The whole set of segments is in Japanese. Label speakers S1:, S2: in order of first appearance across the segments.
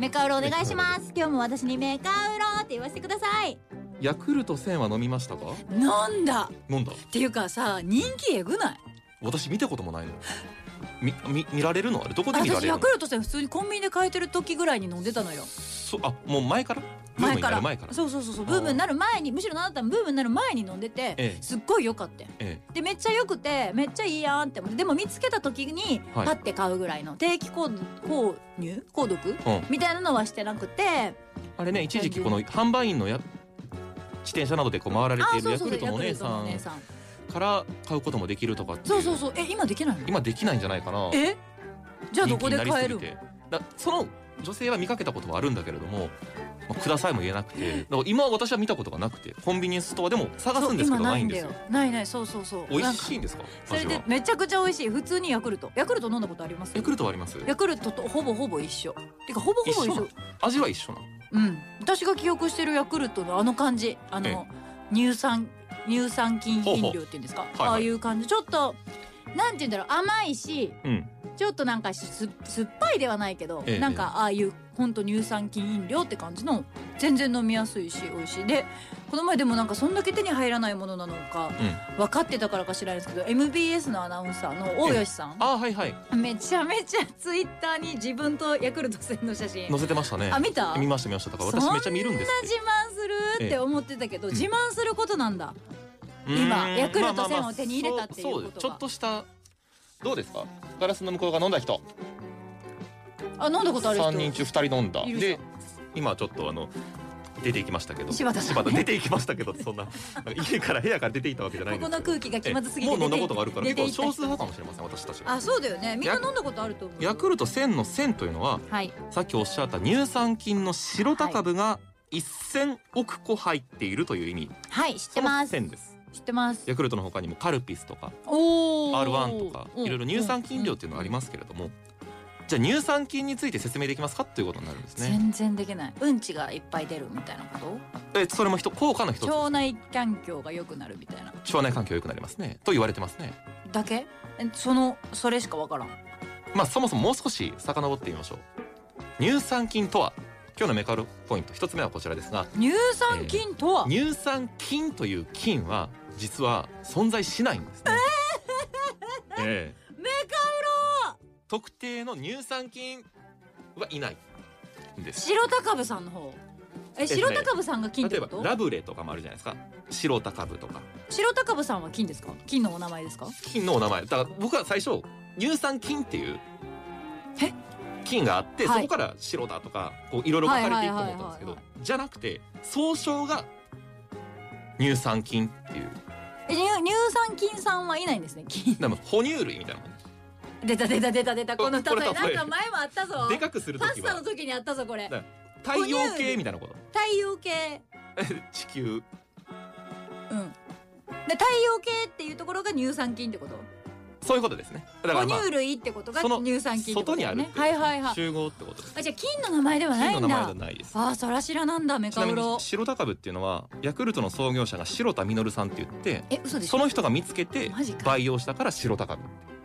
S1: メカウロお願いします今日も私にメカウロって言わせてください
S2: ヤクルト1000は飲みましたか
S3: なんだっ
S2: 飲んだ
S3: ていうかさ人気えぐない
S2: 私見たこともないのみみ見られるのあれどこで見られ
S3: 私
S2: る
S3: ヤ
S2: の
S3: クルト戦普通にコンビニで買えてる時ぐらいに飲んでたのよ
S2: そあもう前からブームになる前から
S3: そうそうそうそうブームになる前にむしろなんだったらブームになる前に飲んでて、
S2: ええ
S3: すっごい良かったよ
S2: え
S3: でめっちゃ良くてめっちゃいいやんって思ってでも見つけた時にパ
S2: はい
S3: ッて買うぐらいの、定期購購入購読
S2: えうん
S3: みたいなのはしてなくて
S2: あれね一時期この販売員のや自転車などでこう回られ
S3: あー
S2: ている
S3: そう
S2: ヤ
S3: そう
S2: ク
S3: そう
S2: ルトのお姉さ
S3: ヤクルトのお姉
S2: ん
S3: さん
S2: から買うこともできるとかってい
S3: そうそうそうえ今できないの
S2: 今できないんじゃないかな
S3: えじゃあどこで買える
S2: 人気になりすぎてだその女性は見かけたことはあるんだけれども、まあ、くださいも言えなくてだから今は私は見たことがなくてコンビニエンスストアでも探すんですけどないんですよ
S3: そう今ないんだないないそうそうそう
S2: 美
S3: なん
S2: 味
S3: か
S2: しいんですか
S3: それ
S2: 味
S3: で
S2: は
S3: めちゃくちゃ美味しい普通にヤクルトヤクルト飲んだことあります
S2: ヤクルトはあります
S3: ヤクルトとほぼほぼ一緒てかほぼほぼ一緒
S2: 一緒味は一緒なの
S3: うん私が記憶してるヤクルトのあの感じあ
S2: え
S3: の乳酸乳酸菌飲料っていうんですか
S2: ほうはいはい
S3: ああいう感じちょっとなんて言うんだろう甘いし
S2: うん
S3: ちょっとなんかす酸っぱいではないけど、
S2: ええ
S3: なんかああいうほんと乳酸菌飲料って感じの全然飲みやすいし美味しいでこの前でもなんかそんだけ手に入らないものなのか
S2: うん
S3: 分かってたからか知らないですけど MBS のアナウンサーの大吉さん
S2: あーはいはい
S3: めちゃめちゃツイッターに自分とヤクルト戦の写真
S2: 載せてましたね
S3: あ見た
S2: 見ました見ましただから私めっちゃ見るんですっ
S3: そ
S2: て
S3: んな自慢するって思ってたけど、
S2: ええ
S3: 自慢することなんだ、
S2: う
S3: 今
S2: ーん
S3: ヤクルト
S2: まあまあまあ
S3: 1000を手に入れたっていうことが
S2: そそうちょっとしたどうですかガラスの向こうが飲んだ人
S3: あ飲んだことある人
S2: 三人中二人飲んだ
S3: いる
S2: で今ちょっとあの出ていきましたけど
S3: 柴田さん
S2: 出ていきましたけどってそんななんか家から部屋から出ていったわけじゃない
S3: こ
S2: んで
S3: こ
S2: すけ
S3: の
S2: ど
S3: 空気が気まずすぎ
S2: え
S3: て
S2: えもう飲
S3: 出て
S2: んだ
S3: い
S2: ことがあるから
S3: 出
S2: 結
S3: ていった
S2: 構少数派かもしれません私たちが
S3: あそうだよねみんな
S2: ヤク
S3: 飲んだことあると思う
S2: ヤクルト1000の1000というのは
S3: はい
S2: さっきおっしゃった乳酸菌の白タ株が1000億個入っているという意味、
S3: はい知っ
S2: そ
S3: て
S2: の
S3: ます
S2: 1000です
S3: 知ってます
S2: ヤクルトの他にもカルピスとか
S3: おー
S2: R1 とかいろいろ乳酸菌量っていうのがありますけれどもじゃあ乳酸菌について説明できますかっていうことになるんですね
S3: 全然できないうんちがいっぱい出るみたいなこ
S2: えそれも一効果の一
S3: と
S2: つ
S3: 腸内環境が良くなるみたいな
S2: 腸内環境良くなりますねと言われてますね
S3: だけえそのそれしかわからん
S2: まあそもそももう少し遡ってみましょう乳酸菌とは今日のメカルポイント一つ目はこちらですが
S3: 乳酸菌とは、
S2: 乳酸菌という菌は実は存在しないんですね、ええ
S3: メ
S2: 特定の乳酸菌はいないんです
S3: 白高部さんの方え
S2: とね
S3: 白高部さんが金って
S2: 例え
S3: こ
S2: ば
S3: と
S2: ラブレとかもあるじゃないですか白タ株とか
S3: 白高部さんは金ですか金のお名前ですか
S2: 菌のお名前だから僕は最初乳酸菌っていう
S3: え
S2: 菌があって、
S3: はい
S2: そこから白だとかこういろいろ分かれていくと思ったんですけ
S3: は
S2: ど
S3: いは
S2: じゃなくて総称が乳酸菌っていう
S3: え乳乳酸菌さんはいないんですね金
S2: でも哺乳類みたいなもんね
S3: 出た出た出た出たこの例
S2: これ
S3: えなん
S2: これ
S3: か前もあったぞ
S2: でかくする
S3: パ
S2: 時
S3: スタの
S2: は
S3: 時にあったぞこれ
S2: だ太陽系みたいなこと
S3: 太陽系
S2: 地球
S3: うんで太陽系っていうところが乳酸菌ってこと
S2: そういうことですねだから
S3: 哺
S2: まあ
S3: 乳類ってことが
S2: その
S3: 乳酸菌ってこ
S2: 外
S3: と
S2: に
S3: だ
S2: あ
S3: よ
S2: るっ
S3: ね
S2: て
S3: はいはいはい
S2: 集合ってことです
S3: あじゃあ金の名前ではない
S2: 菌の
S3: ん
S2: 名前じ
S3: だ
S2: ゃないです
S3: あーそら知らなんだメ
S2: ちな
S3: カ
S2: み
S3: ウロ
S2: に白タ株っていうのはヤクルトの創業者が白田実さんって言って
S3: え嘘でし
S2: そ
S3: ょ
S2: の人が見つけて
S3: マジか
S2: 培養したから白タ株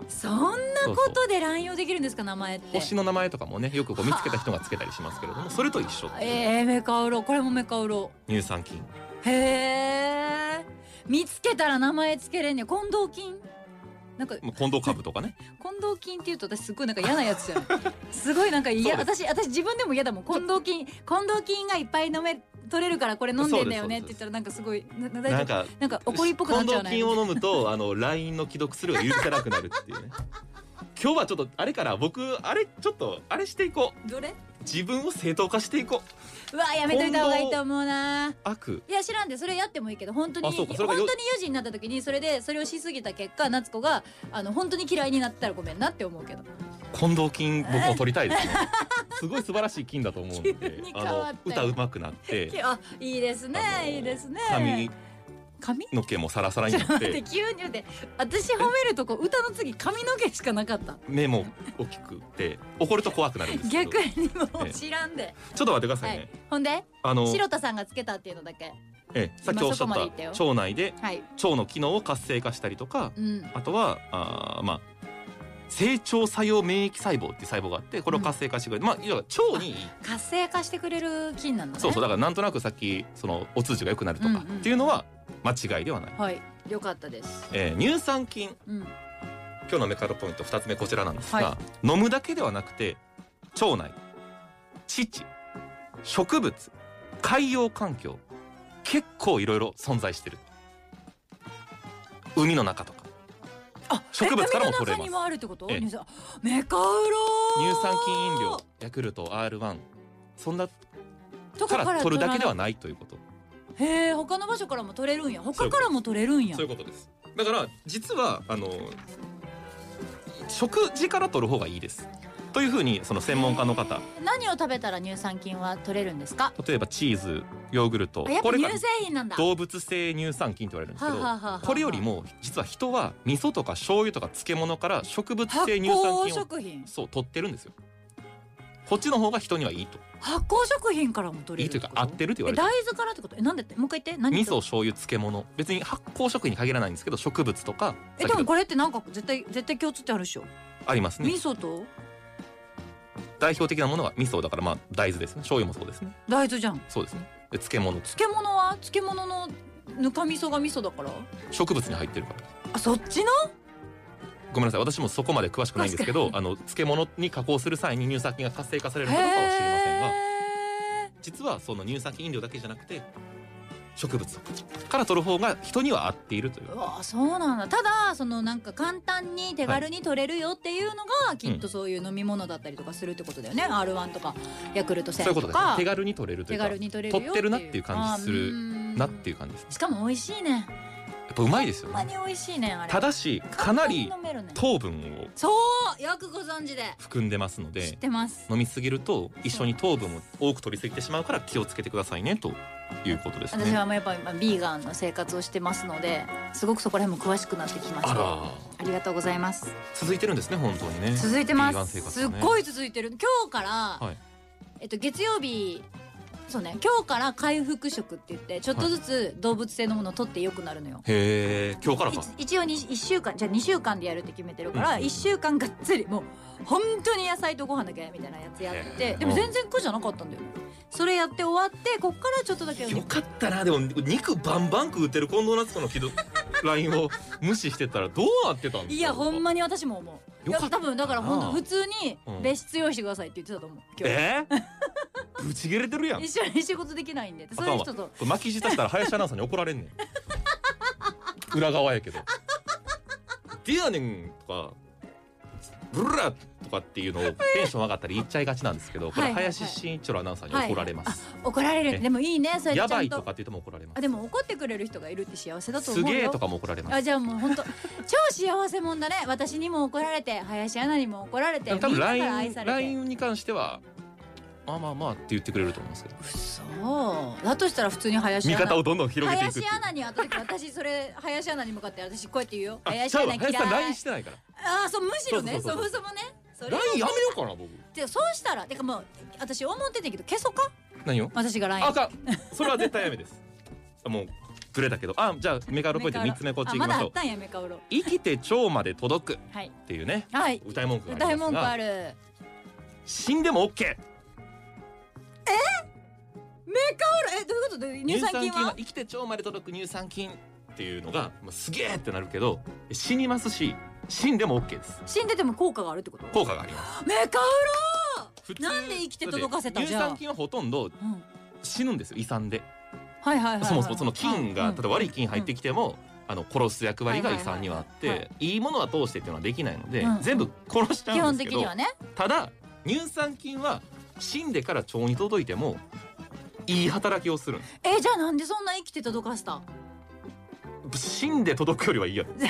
S3: そんな
S2: そうそう
S3: ことで乱用できるんですか名前って
S2: 星の名前とかもねよくこう見つけた人がつけたりしますけれどもそれと一緒っていう
S3: えー、メカウロこれもメカウロ
S2: 乳酸菌
S3: へえ見つけたら名前つけれんねや近藤菌なんか近
S2: まあ近藤株とかね
S3: 藤菌っていうと私すごいなんか嫌なやつじゃない すごいなんか嫌
S2: そう
S3: 私私自分でも嫌だもん近藤菌近藤菌がいっぱい飲め取れるからこれ飲んでんだよねって言ったらなんかすごいな な大丈夫
S2: なんか
S3: なんか怒りっぽくな
S2: 近
S3: っちゃわ
S2: 藤
S3: ない
S2: 菌を飲むとあの LINE の既読するが許せなくなるっていうね今日はちょっとあれから僕あれちょっとあれしていこう
S3: どれ
S2: 自分を正当化していこう
S3: うわやめといた方がいいと思うな
S2: 悪
S3: いや知らんでそれやってもいいけど本当に
S2: あそう
S3: 本
S2: か
S3: 当
S2: それ
S3: に
S2: がよ
S3: 4時になった時にそれでそれをしすぎた結果夏子があの本当に嫌いになったらごめんなって思うけど
S2: 近藤金僕も取りたいですねすごい素晴らしい金だと思うの
S3: 急
S2: で
S3: に変
S2: あ
S3: わ
S2: の
S3: ったよ
S2: 歌うまく なって
S3: あいいですね
S2: あの
S3: いいですね
S2: 髪
S3: 髪
S2: の毛もサラサラに
S3: ちょっと
S2: なっ
S3: 待 って
S2: て
S3: 急に言って私褒めるとこ歌の次髪の毛しかなかった
S2: 目も大きくて怒ると怖くなるんですけど
S3: 逆
S2: ちょ
S3: にもう
S2: ええ
S3: 知らんで
S2: っと待ってくださいね、
S3: はいほんで
S2: あの、
S3: 白田さんがつけたっていうのだけ
S2: ええ、さっきおっしゃ
S3: 今そこまで言
S2: っ
S3: ったよ
S2: た腸内で
S3: はい
S2: 腸の機能を活性化したりとか
S3: うん
S2: あとはあーまあ成長作用免疫細胞っていう細胞があってこれを活性化してくれる、まあ要は腸にいい
S3: 活性化してくれる菌なんだね
S2: そうそうだからなんとなくさっきそのお通じが良くなるとか
S3: うんうん
S2: っていうのは間違いではない、
S3: はいよかったです
S2: えー乳酸菌
S3: うん
S2: 今日のメカドポイント2つ目こちらなんですが、
S3: は
S2: 飲むだけではなくて腸内乳植物海洋環境結構いろいろ存在してる海の中とか
S3: あ
S2: 植物からも取れま
S3: え海の
S2: す
S3: 中にもあるってこと
S2: ええ
S3: 乳酸メカウロ
S2: 乳酸菌飲料ヤクルト R1 そんな
S3: とか
S2: か
S3: らら
S2: 取るだけではいないということ
S3: へえ他の場所からも取れるんや
S2: そうい
S3: 他
S2: うこ
S3: か
S2: と
S3: らも取れるんや
S2: そういうことですだから実はあの食事から取る方がいいですというふうにその専門家の方
S3: 何を食べたら乳酸菌は取れるんですか
S2: 例えばチーズヨーグルト
S3: あやっぱ
S2: これ
S3: 乳
S2: が
S3: 製品なんだ
S2: 動物性乳酸菌と言われるんですけど、
S3: はあはあはあはあ
S2: これよりも実は人は味噌とか醤油とか漬物から植物
S3: 発
S2: 性乳
S3: 酵
S2: 酸菌を
S3: 食品
S2: そう取ってるんですよこっちの方が人にはいいと
S3: 発酵食品からも取
S2: い
S3: れ
S2: い
S3: る
S2: という
S3: こ
S2: か合ってると言わ
S3: え
S2: れて
S3: 大
S2: る
S3: 豆からってことえなんでってもう一回言って何
S2: 味噌醤油漬物別に発酵食品に限らないんですけど植物とか
S3: えで
S2: 先ほ
S3: も
S2: ど
S3: これってなんか絶対絶対共通ってあるでしょ、
S2: ありますね
S3: 味噌と
S2: 代表的なものは味噌だからまあ大豆ですね醤油もそうですね
S3: 大豆じゃん
S2: そうですねで漬物
S3: 漬物は漬物のぬか味噌が味噌だから
S2: 植物に入ってるから
S3: あそっちの
S2: ごめんなさい私もそこまで詳しくないんですけど
S3: 確
S2: あの漬物に加工する際に乳酸菌が活性化されるのかどうかは知りませんが
S3: へ
S2: 実はその乳酸菌飲料だけじゃなくて植物から取る方が人には合っているという
S3: ーうわそうなんだただそのなんか簡単に手軽に取れるよっていうのがきっとそういう飲み物だったりとかするってことだよね、R1 とかヤクルト
S2: そういう
S3: 1000
S2: こととですね
S3: か
S2: 手軽に取れるとい
S3: 手
S2: うか
S3: 軽に取れるよ
S2: 取ってるなっていう感じするなっていうう感じです
S3: あーんしかも美味しいね
S2: やっぱうまいですよ
S3: ほんま
S2: ね
S3: に美味しいねあれ
S2: ただしかなり
S3: 簡単に飲めるね
S2: 糖分を
S3: そうよくご存知で
S2: 含んでますの
S3: 知っ
S2: で
S3: てます
S2: 飲みすぎると一緒に糖分を多く取りすぎてしまうから気をつけてくださいねということです
S3: 私
S2: ね
S3: はもうやっぱ今ビーガンの生活をしてますのですごくそこら辺も詳しくなってきました
S2: あ
S3: あ
S2: ら
S3: りがとうございます
S2: 続いてるんですね本当にね
S3: 続いてま
S2: ビーガン
S3: す、
S2: 生活
S3: す
S2: が
S3: っ
S2: ね
S3: ごい続いてる今日から、
S2: はい
S3: えっと月曜日そうね今日から回復食って言ってちょっとずつ動物性のものを取ってよくなるのよ、
S2: へえ今日からか
S3: 一一応に1週間じゃあ2週間でやるって決めてるから、
S2: うん
S3: 1週間がっつりもう本当に野菜とご飯だけみたいなやつやっ
S2: へ
S3: て
S2: ー
S3: でも全然苦じゃなかったんだよねそれやって終わってこっからちょっとだけお肉
S2: よかったなでも肉バンバン食うてる近藤夏子の軌道 ラインを無視してたらどうなってたんですか
S3: いやほんまに私も思ういや
S2: よかった
S3: 多分だから本当
S2: なあ
S3: 普通に
S2: うん
S3: 別室用意してくださいって言ってたと思う今日、
S2: えー、ぶち切れてるやん
S3: 一緒に仕事できないんでそういう人と
S2: これ巻き舌したら林アナウンサーに怒られん ねん裏側やけど「ディアネン」とか「ブルラ」とかっていうのをテンション上がったり言っちゃいがちなんですけどこ
S3: は
S2: れ
S3: いはいはい
S2: 林慎一郎アナウンサーに怒られます、
S3: 怒られる
S2: え
S3: でもいいねそれちゃ
S2: やば
S3: ん
S2: いと
S3: と
S2: かって言っても怒られま
S3: あでも怒ってくれる人がいるって幸せだ
S2: す
S3: と思
S2: す
S3: うよ
S2: げえとかも怒られます
S3: あじゃあもう本当超幸せもんだね私にも怒られて林アナにも怒られて
S2: でも多
S3: みん
S2: 分
S3: なから愛
S2: LINE
S3: されて
S2: LINE に関してはまあまあまあって言ってくれると思うんですけど
S3: そうだとしたら普通に林
S2: 見
S3: アナ
S2: 方をどんどん広げていくって
S3: 林
S2: いう
S3: アナに会った時私それ林アナに向かって私こうやって言うよ
S2: あ
S3: 林
S2: ちゃ
S3: ア
S2: う
S3: ナ嫌
S2: わ
S3: い
S2: 林さん LINE してないから
S3: ああそうむしろねそ
S2: そ
S3: う
S2: そう
S3: も
S2: そう
S3: そもねそれ
S2: LINE やめようかな僕
S3: でそうしたらてかもう私思っててんけど消そうか
S2: 何を
S3: 私が LINE
S2: あかんそれは絶対やめです あもうずれたけどあじゃあメガロポイント3つ目こっち行きま
S3: あ
S2: し
S3: まだ
S2: ょ
S3: あ
S2: う
S3: ったんやメカウロ
S2: 生きて腸まで届くっ
S3: はい
S2: ていうね
S3: はい
S2: 歌い文句があ
S3: 大
S2: りま
S3: 文
S2: す
S3: 句あ
S2: が
S3: るメ
S2: 死んでも OK
S3: カウロえどういうことで乳酸菌は
S2: 生きて腸まで届く乳酸菌っていうのが、まあ、すげえってなるけど死にますし死んでも OK です
S3: 死んでても効果があるってこと
S2: 効果があります
S3: メカウ
S2: 普通
S3: なんで生きて届かせた
S2: だって
S3: じゃあ
S2: 乳酸菌はほとんど
S3: ロ、うん、
S2: 死ぬんですよ胃酸で
S3: はいはいはいはい
S2: そもそもその菌が
S3: うん
S2: 例えば悪い菌入ってきてもあの殺す役割が遺産にはあっ
S3: はいはいは
S2: ていいものは通してっていうのはできないので、
S3: うん
S2: 全部殺しち
S3: 基
S2: ゃうん
S3: 本
S2: です
S3: 的
S2: けど
S3: にはね
S2: ただ乳酸菌は死んでから腸に届いてもいい働きをするんです
S3: えじゃあなんでそんな生きてたどかした
S2: 死んで届くよりはいいやろ め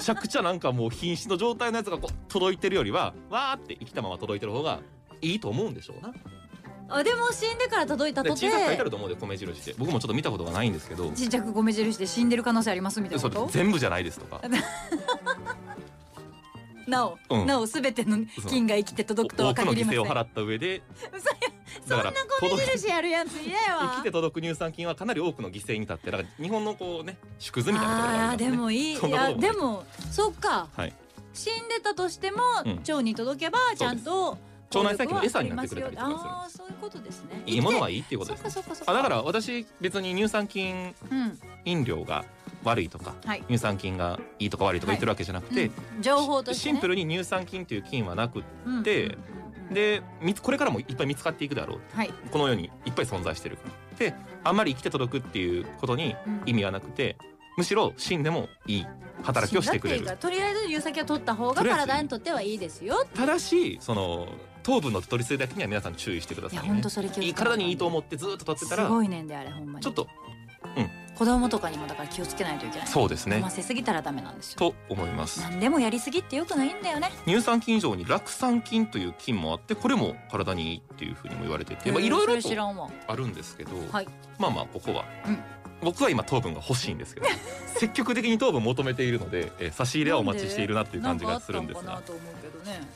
S2: ちゃくちゃなんかもう瀕死の状態のやつがこう届いてるよりはわーって生きたまま届いてる方がいいと思うんでしょうな
S3: あでも死んでから届いた
S2: で
S3: と
S2: 小さく書いてあ
S3: て
S2: ると思うで米印って僕もちょっと見たことがないんですけど
S3: ちっちゃく米印で死んでる可能性ありますみたいな
S2: そ
S3: こ
S2: う
S3: と
S2: 全部じゃないですとか
S3: なお、
S2: うん
S3: なお全ての菌が生きて届くと
S2: 多
S3: は
S2: くの
S3: 限り
S2: 犠
S3: ません
S2: 牲を払った上で
S3: そんな米
S2: 届き
S3: 印あるやつ嫌やわ
S2: 生きて届く乳酸菌はかなり多くの犠牲に立ってだから日本のこうね縮図みたいなところが
S3: あ
S2: あ
S3: ーで
S2: りますね
S3: もいいい
S2: そんなこと
S3: や
S2: もない
S3: でもそっか
S2: はい
S3: 死んでたとしても、
S2: うん
S3: 腸に届けばちゃんと
S2: そうです腸内細菌の餌になってくれたりとかするんですよ
S3: ああーそういうことですね
S2: いいものはい
S3: い
S2: いっていうことですね
S3: そっかそっかそっか
S2: あだから私別に乳酸菌
S3: うん
S2: 飲料が悪いとか
S3: はい
S2: 乳酸菌がいいとか悪いとか言ってるわけじゃなくて、
S3: うん情報として、
S2: シ
S3: ね、
S2: ンプルに乳酸菌という菌はなくっ
S3: ル
S2: て
S3: で、
S2: でみこれからもいっぱい見つかっていくだろう
S3: はい、
S2: この世にいっぱい存在してるからであんまり生きて届くっていうことに意味はなくてむしろ死んでもいい働きをしてくれ
S3: 死ん
S2: る
S3: だっていうかとりあえず乳先は取った方が
S2: とりあえず
S3: 体にとってはいいですよ
S2: ただしその糖分の取りすぎだけには皆さん注意してくだ
S3: い
S2: さ
S3: や
S2: い
S3: 本
S2: ね
S3: 当それ気をつけ
S2: いい体にいいと思ってずっと取ってた
S3: す
S2: ら
S3: ごいねんであれほんまに
S2: ちょっと
S3: 子供とかにもだから気をつけないといけない
S2: そうですね
S3: 飲ませすぎたらダメなんですよ
S2: と思います
S3: 何でもやりすぎってよくないんだよね
S2: 乳酸菌以上に酪酸菌という菌もあってこれも体にいいっていうふうにも言われててまあいろい
S3: そ
S2: ろ
S3: れ
S2: と
S3: 知らんわ
S2: あるんですけど、
S3: はい
S2: まあまあここは、
S3: うん
S2: 僕は今糖分が欲しいん ですけど積極的に糖分求めているので、えー差し入れはお待ちしているなっていう感じがするんです
S3: なんかあ
S2: が
S3: ったのかなと思うけどね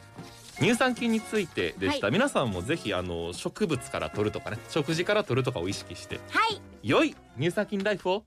S2: 乳酸菌についてでした、皆さんもぜひあの植物から取るとかね食事から取るとかを意識して
S1: はい
S2: 良い乳酸菌ライフを